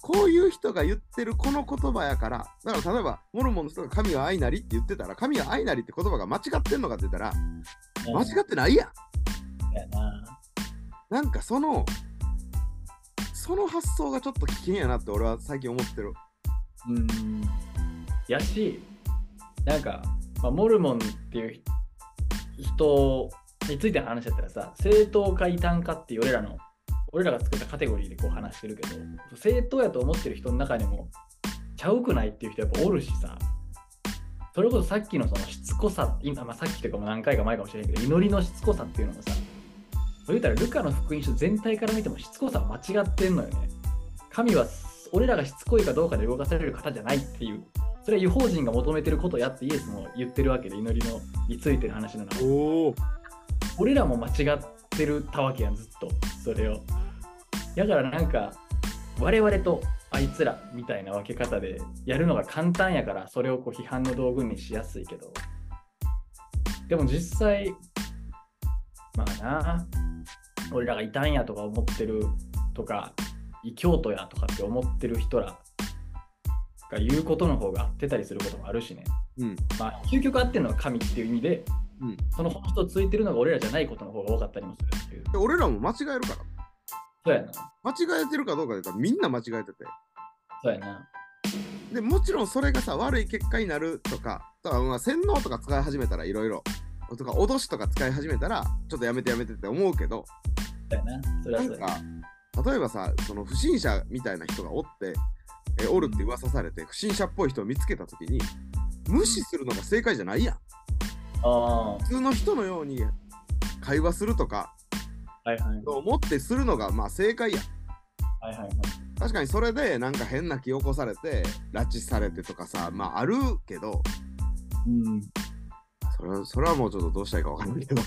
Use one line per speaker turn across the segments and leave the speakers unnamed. こういう人が言ってるこの言葉やから、だから例えば、モルモンの人が神は愛なりって言ってたら、神は愛なりって言葉が間違ってんのかって言ったら、間違ってないやん。
やな。
なんかその、その発想がちょっと危険やなって俺は最近思ってる。
うん。やし、なんか、まあ、モルモンっていう人についての話だったらさ、正当解単価っていう俺らの、俺らが作ったカテゴリーでこう話してるけど、正当やと思ってる人の中にも、ちゃうくないっていう人やっぱおるしさ、それこそさっきのそのしつこさ、今、まあ、さっきというかもう何回か前かもしれないけど、祈りのしつこさっていうのもさ、そう言うたらルカの福音書全体から見てもしつこさは間違ってんのよね。神は俺らがしつこいかどうかで動かされる方じゃないっていう、それは違法人が求めてることやってイエスも言ってるわけで、祈りのについてる話なの。
おお。
俺らも間違ってるたわけやん、ずっと、それを。だからなんか、我々とあいつらみたいな分け方でやるのが簡単やから、それをこう批判の道具にしやすいけど。でも実際、まあな、俺らがいたんやとか思ってるとか、異教徒やとかって思ってる人らが言うことの方が合ってたりすることもあるしね。
うん。
まあ、究極合ってるのは神っていう意味で、
うん
その人ついてるのが俺らじゃないことの方が多かったりもするっていう。
で俺らも間違えるから。
そうやな。
間違えてるかどうかで言ったらみんな間違えてて。
そうやな。
でもちろんそれがさ悪い結果になるとかだからまあ洗脳とか使い始めたらいろいろとか脅しとか使い始めたらちょっとやめてやめてって思うけど
そうやな。それ
な
はそ
ん
うやな。
か例えばさその不審者みたいな人がおってえおるって噂されて不審者っぽい人を見つけた時に無視するのが正解じゃないやん
あ
普通の人のように会話するとか
あー、はいはい。
思ってするのがまあ正解やん
はいはいはい。
確かにそれでなんか変な気起こされて拉致されてとかさまああるけど
うん。
それはそれはもうちょっとどうしたらいいかわかんないけど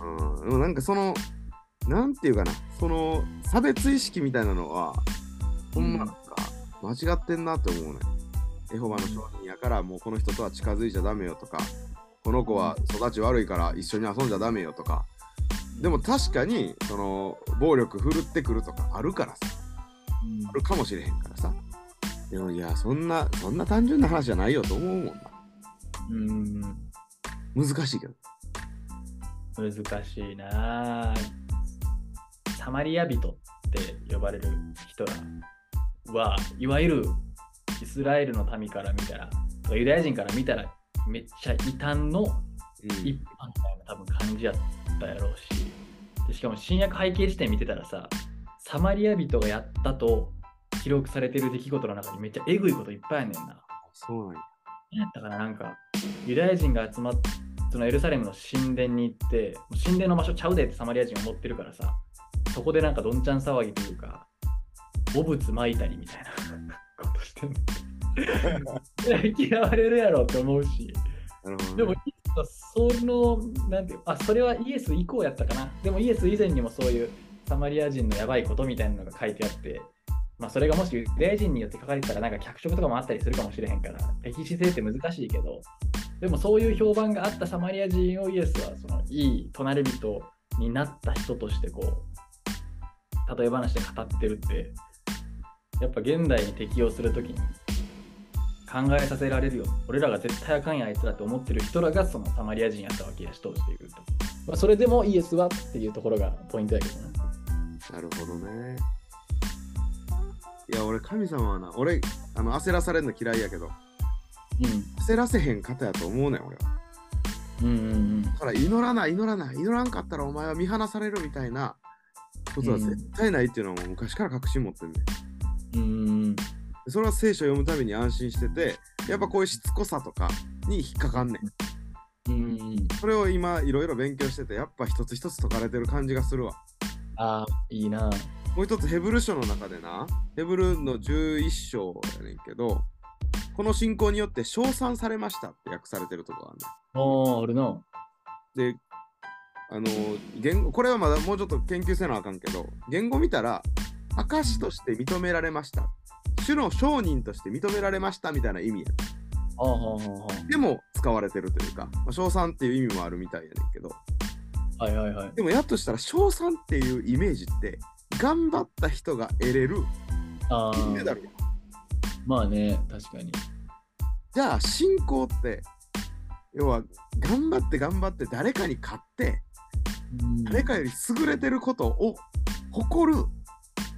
うん、
うん、でもなんかその、なんていうかな、その差別意識みたいなのは、ほんまなんか間違ってんなって思うね。エホバの商人やから、もうこの人とは近づいちゃダメよとか、この子は育ち悪いから一緒に遊んじゃダメよとか、でも確かに、その、暴力振るってくるとかあるからさ、あるかもしれへんからさ。でもいや、そんな、そんな単純な話じゃないよと思うもんな。
うん。うん。
難しいけど。
難しいなあサマリア人って呼ばれる人らはいわゆるイスラエルの民から見たらユダヤ人から見たらめっちゃ異端
うん
の一般みたいな多分感じやったやろうしでしかも新約背景地点見てたらさサマリア人がやったと記録されてる出来事の中にめっちゃえぐいこといっぱいあんねんな。
そうなんや。
何やったかななんかユダヤ人が集まっそのエルサレムの神殿に行ってもう神殿の場所ちゃうでってサマリア人思ってるからさそこでなんかどんちゃん騒ぎというか汚物撒いたりみたいなことしてんの嫌われるやろって思うし
なるほど、ね。
でもイエスはそのなんていうあそれはイエス以降やったかなでもイエス以前にもそういうサマリア人のやばいことみたいなのが書いてあってまあそれがもしユダヤ人によって書かれてたらなんか脚色とかもあったりするかもしれへんから歴史性って難しいけどでもそういう評判があったサマリア人をイエスはそのいい隣人になった人としてこう例え話で語ってるってやっぱ現代に適用するときに考えさせられるよ俺らが絶対あかんやあいつらと思ってる人らがそのサマリア人やったわけやし通していると、まあ、それでもイエスはっていうところがポイントやけどな
なるほどね。いや、俺、神様はな、俺、あの焦らされるの嫌いやけど、焦らせへん方やと思うねん、俺は。
うんうんうん
だから、祈らない、祈らない、祈らんかったらお前は見放されるみたいなことは
うん
絶対ないっていうのはもう昔から確信持ってんねん。
うんうんうん
それは聖書を読むたびに安心してて、やっぱこういうしつこさとかに引っかかんねん。
うんうん
それを今、いろいろ勉強してて、やっぱ一つ一つ解かれてる感じがするわ。
ああいいな
もう一つヘブル書の中でな、ヘブルの11章やねんけど、この信仰によって称賛されましたって訳されてるとこがあ
おー俺の
るねんで、あの言語、これはまだもうちょっと研究せなあかんけど、言語見たら、証として認められました。主の証人として認められましたみたいな意味やね
あーはーは
ん。でも使われてるというか、まあ、称賛っていう意味もあるみたいやねんけど、
ーはいはいはい
でもやっとしたら称賛っていうイメージって、頑張った人が得れる
あー
金メダルやん
まあね、確かに。
じゃあ信仰って要は頑張って頑張って誰かに勝って
うん
誰かより優れてることを誇る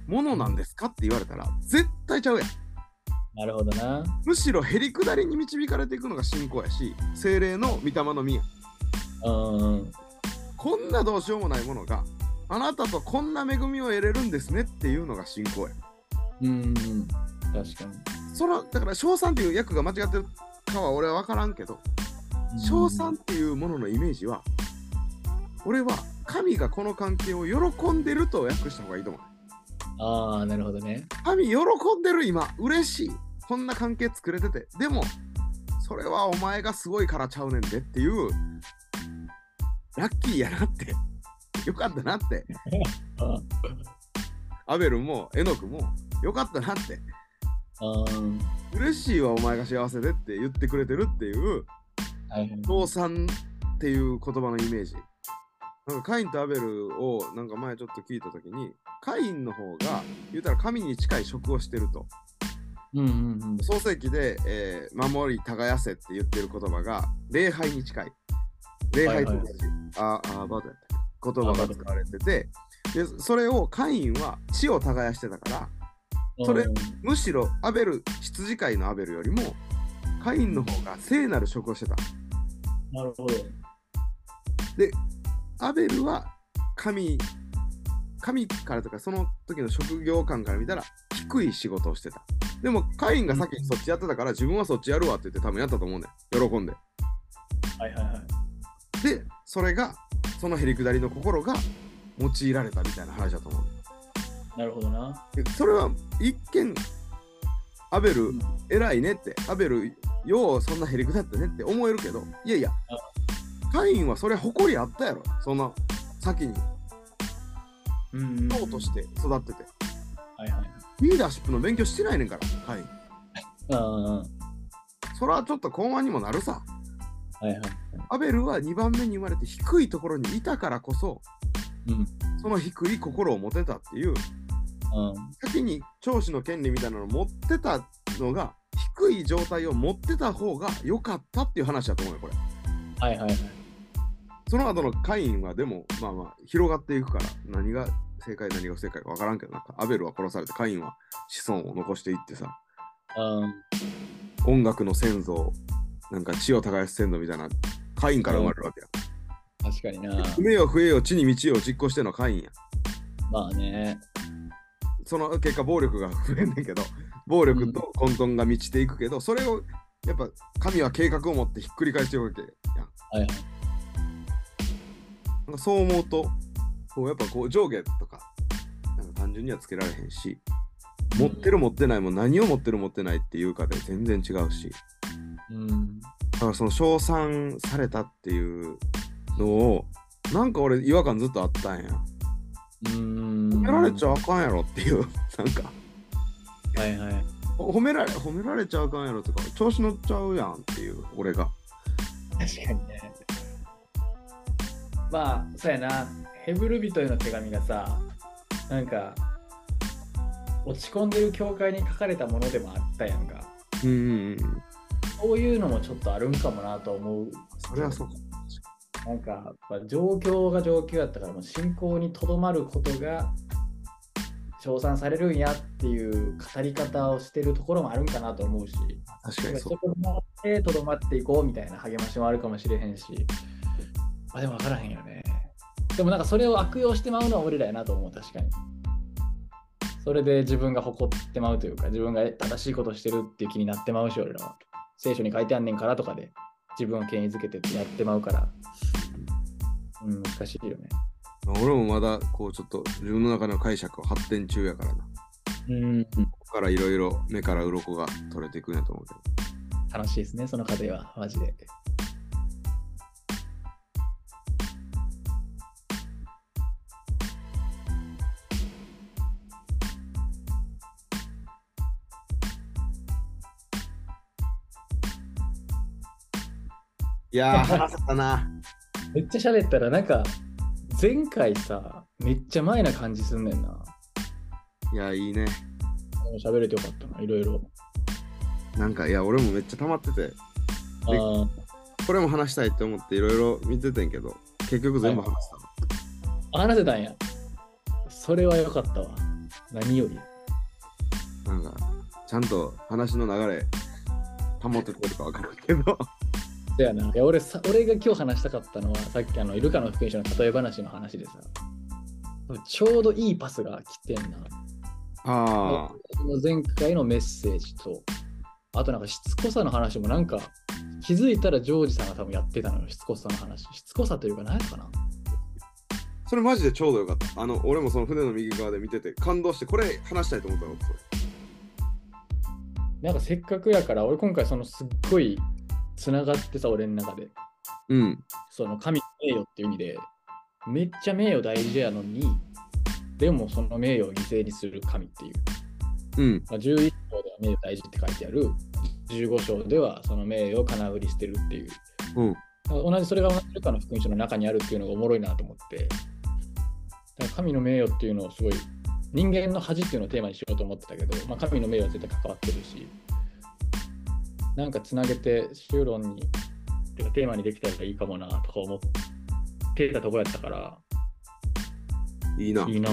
ものなんですかって言われたら絶対ちゃうやん
なるほどな。
むしろへりくだりに導かれていくのが信仰やし精霊の御霊の実やん
うん。
こんなどうしようもないものがあなたとこんな恵みを得れるんですねっていうのが信仰や
うん。確かに。
そのだから賞賛っていう役が間違ってるかは俺は分からんけど賞賛っていうもののイメージは俺は神がこの関係を喜んでると訳した方がいいと思う
ああ、なるほどね。
神喜んでる今嬉しいこんな関係作れててでもそれはお前がすごいからちゃうねんでっていうラッキーやなってよかったなって
あ
アベルもエノクもよかったなって
あー、
嬉しいわお前が幸せでって言ってくれてるっていう
はいはい。
父さんっていう言葉のイメージなんかカインとアベルをなんか前ちょっと聞いた時にカインの方が言うたら神に近い職をしてると
うんうんうん。
創世記で、えー守り耕せって言ってる言葉が礼拝に近い礼拝と同じ、ああバトやった言葉が使われててでそれをカインは地を耕してたからそれ
うん
むしろアベル羊飼いのアベルよりもカインの方が聖なる職をしてた
なるほど。
アベルは神神からとかその時の職業観から見たら低い仕事をしてたでもカインが先にそっちやってたから自分はそっちやるわって言って多分やったと思うねん喜んで
はいはいはい。
でそれがそのへりくだりの心が用いられたみたいな話だと思うね
なるほどな。
でそれは一見アベル
うん
偉いねってアベルようそんなへりくだったねって思えるけどいやいやカインはそれ誇りあったやろその先に
うんうん。
党として育ってて
はいはい。
リーダーシップの勉強してないねんからはい
あ
それはちょっと高慢にもなるさ
あ、はいはい。
アベルは2番目に生まれて低いところにいたからこそ
うん。
その低い心を持てたっていう
うん。
先に長子の権利みたいなのを持ってたのが低い状態を持ってた方が良かったっていう話だと思うよこれ
はいはいはい。
その後のカインはでもまあまあ広がっていくから何が正解何が不正解か分からんけどなんかアベルは殺されてカインは子孫を残していってさ
うん。
音楽の先祖なんか地を耕す先祖みたいなカインから生まれるわけや
確かにな。
梅よ増えよ地に道を実行してんのはカインや
まあね。
その結果暴力が増えんねんけど暴力と混沌が満ちていくけど、それをやっぱ神は計画を持ってひっくり返していくわけやん
はいはい。
なんかそう思うとこうやっぱこう上下とかなんか単純にはつけられへんし持ってる持ってないも何を持ってる持ってないっていうかで全然違うし
うん。
だからその称賛されたっていうのをなんか俺違和感ずっとあったんや
うん。
褒められちゃあかんやろっていう なんか
はいはい。
褒められ褒められちゃあかんやろとか調子乗っちゃうやんっていう俺が
確かにね。まあ、そうやな。ヘブル人への手紙がさ、なんか、落ち込んでる教会に書かれたものでもあったやんか。
うんうんうん
そういうのもちょっとあるんかもなと思う。
それはそうか
なんか、やっぱ状況が状況やったから、もう信仰にとどまることが称賛されるんやっていう語り方をしてるところもあるんかなと思うし、
確かにそ
そこでとどまっていこうみたいな励ましもあるかもしれへんし、まあ、でも分からへんよね。でもなんかそれを悪用してまうのは俺らやなと思う、確かに。それで自分が誇ってまうというか、自分が正しいことしてるっていう気になってまうし、俺らは。聖書に書いてあんねんからとかで、自分を権威づけてやってまうから。うん、難しいよね。
う俺もまだこうちょっと自分の中の解釈を発展中やからなこ
うん、
こからいろいろ目から鱗が取れていくんやと思うけど
楽しいですね、その過程は、マジで。
いやー話せたな
めっちゃ喋ったら、なんか、前回さ、めっちゃ前な感じすんねんな。
いやいいね
喋れてよかったな、いろいろ。
なんかいや俺もめっちゃ溜まってて
あー
これも話したいって思っていろいろ見ててんけど結局全部話したの、
あ話せたんや。それはよかったわ。何より。
なんかちゃんと話の流れ保ってくれるか分からんけど
そやな。いや俺さ俺が今日話したかったのは、さっきあのイルカの福音書の例え話の話でさ、ちょうどいいパスが来てんな。
あ
その前回のメッセージと、あとなんかしつこさの話もなんか、気づいたらジョージさんが多分やってたのよ、しつこさの話。しつこさというか、何やったかな
あそれマジでちょうどよかったあの俺もその船の右側で見てて感動してこれ話したいと思ったのそれ
なんかせっかくやから、俺今回そのすっごい繋がってさ、俺の中で。
うん
その神の名誉っていう意味で、めっちゃ名誉大事やのに、でもその名誉を犠牲にする神っていう。
うん
まあ、11章では名誉大事って書いてある、15章ではその名誉を金売りしてるっていう。
うん
同じそれが同じルカの福音書の中にあるっていうのがおもろいなと思って、だから神の名誉っていうのをすごい、人間の恥っていうのをテーマにしようと思ってたけど、まあ、神の名誉は絶対関わってるし、なんかつなげて、修論に、てかテーマにできたらいいかもなとか思ってたとこやったから、
いいない
いな。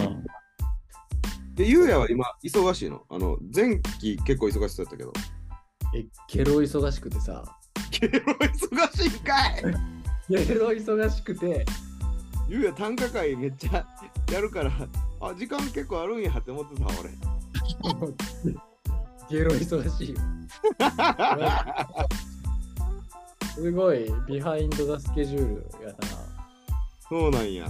でゆうやは今忙しいのあの前期結構忙しそうやったけど
え、ゲロ忙しくてさ、
ゲロ 忙しいんか い
ゲロ忙しくて、
ゆうや短歌会めっちゃやるからあ時間結構あるんやって思ってた俺
ゲロ忙 しいよ。すごい、ビハインド・ザ・スケジュールやな。
そうなんや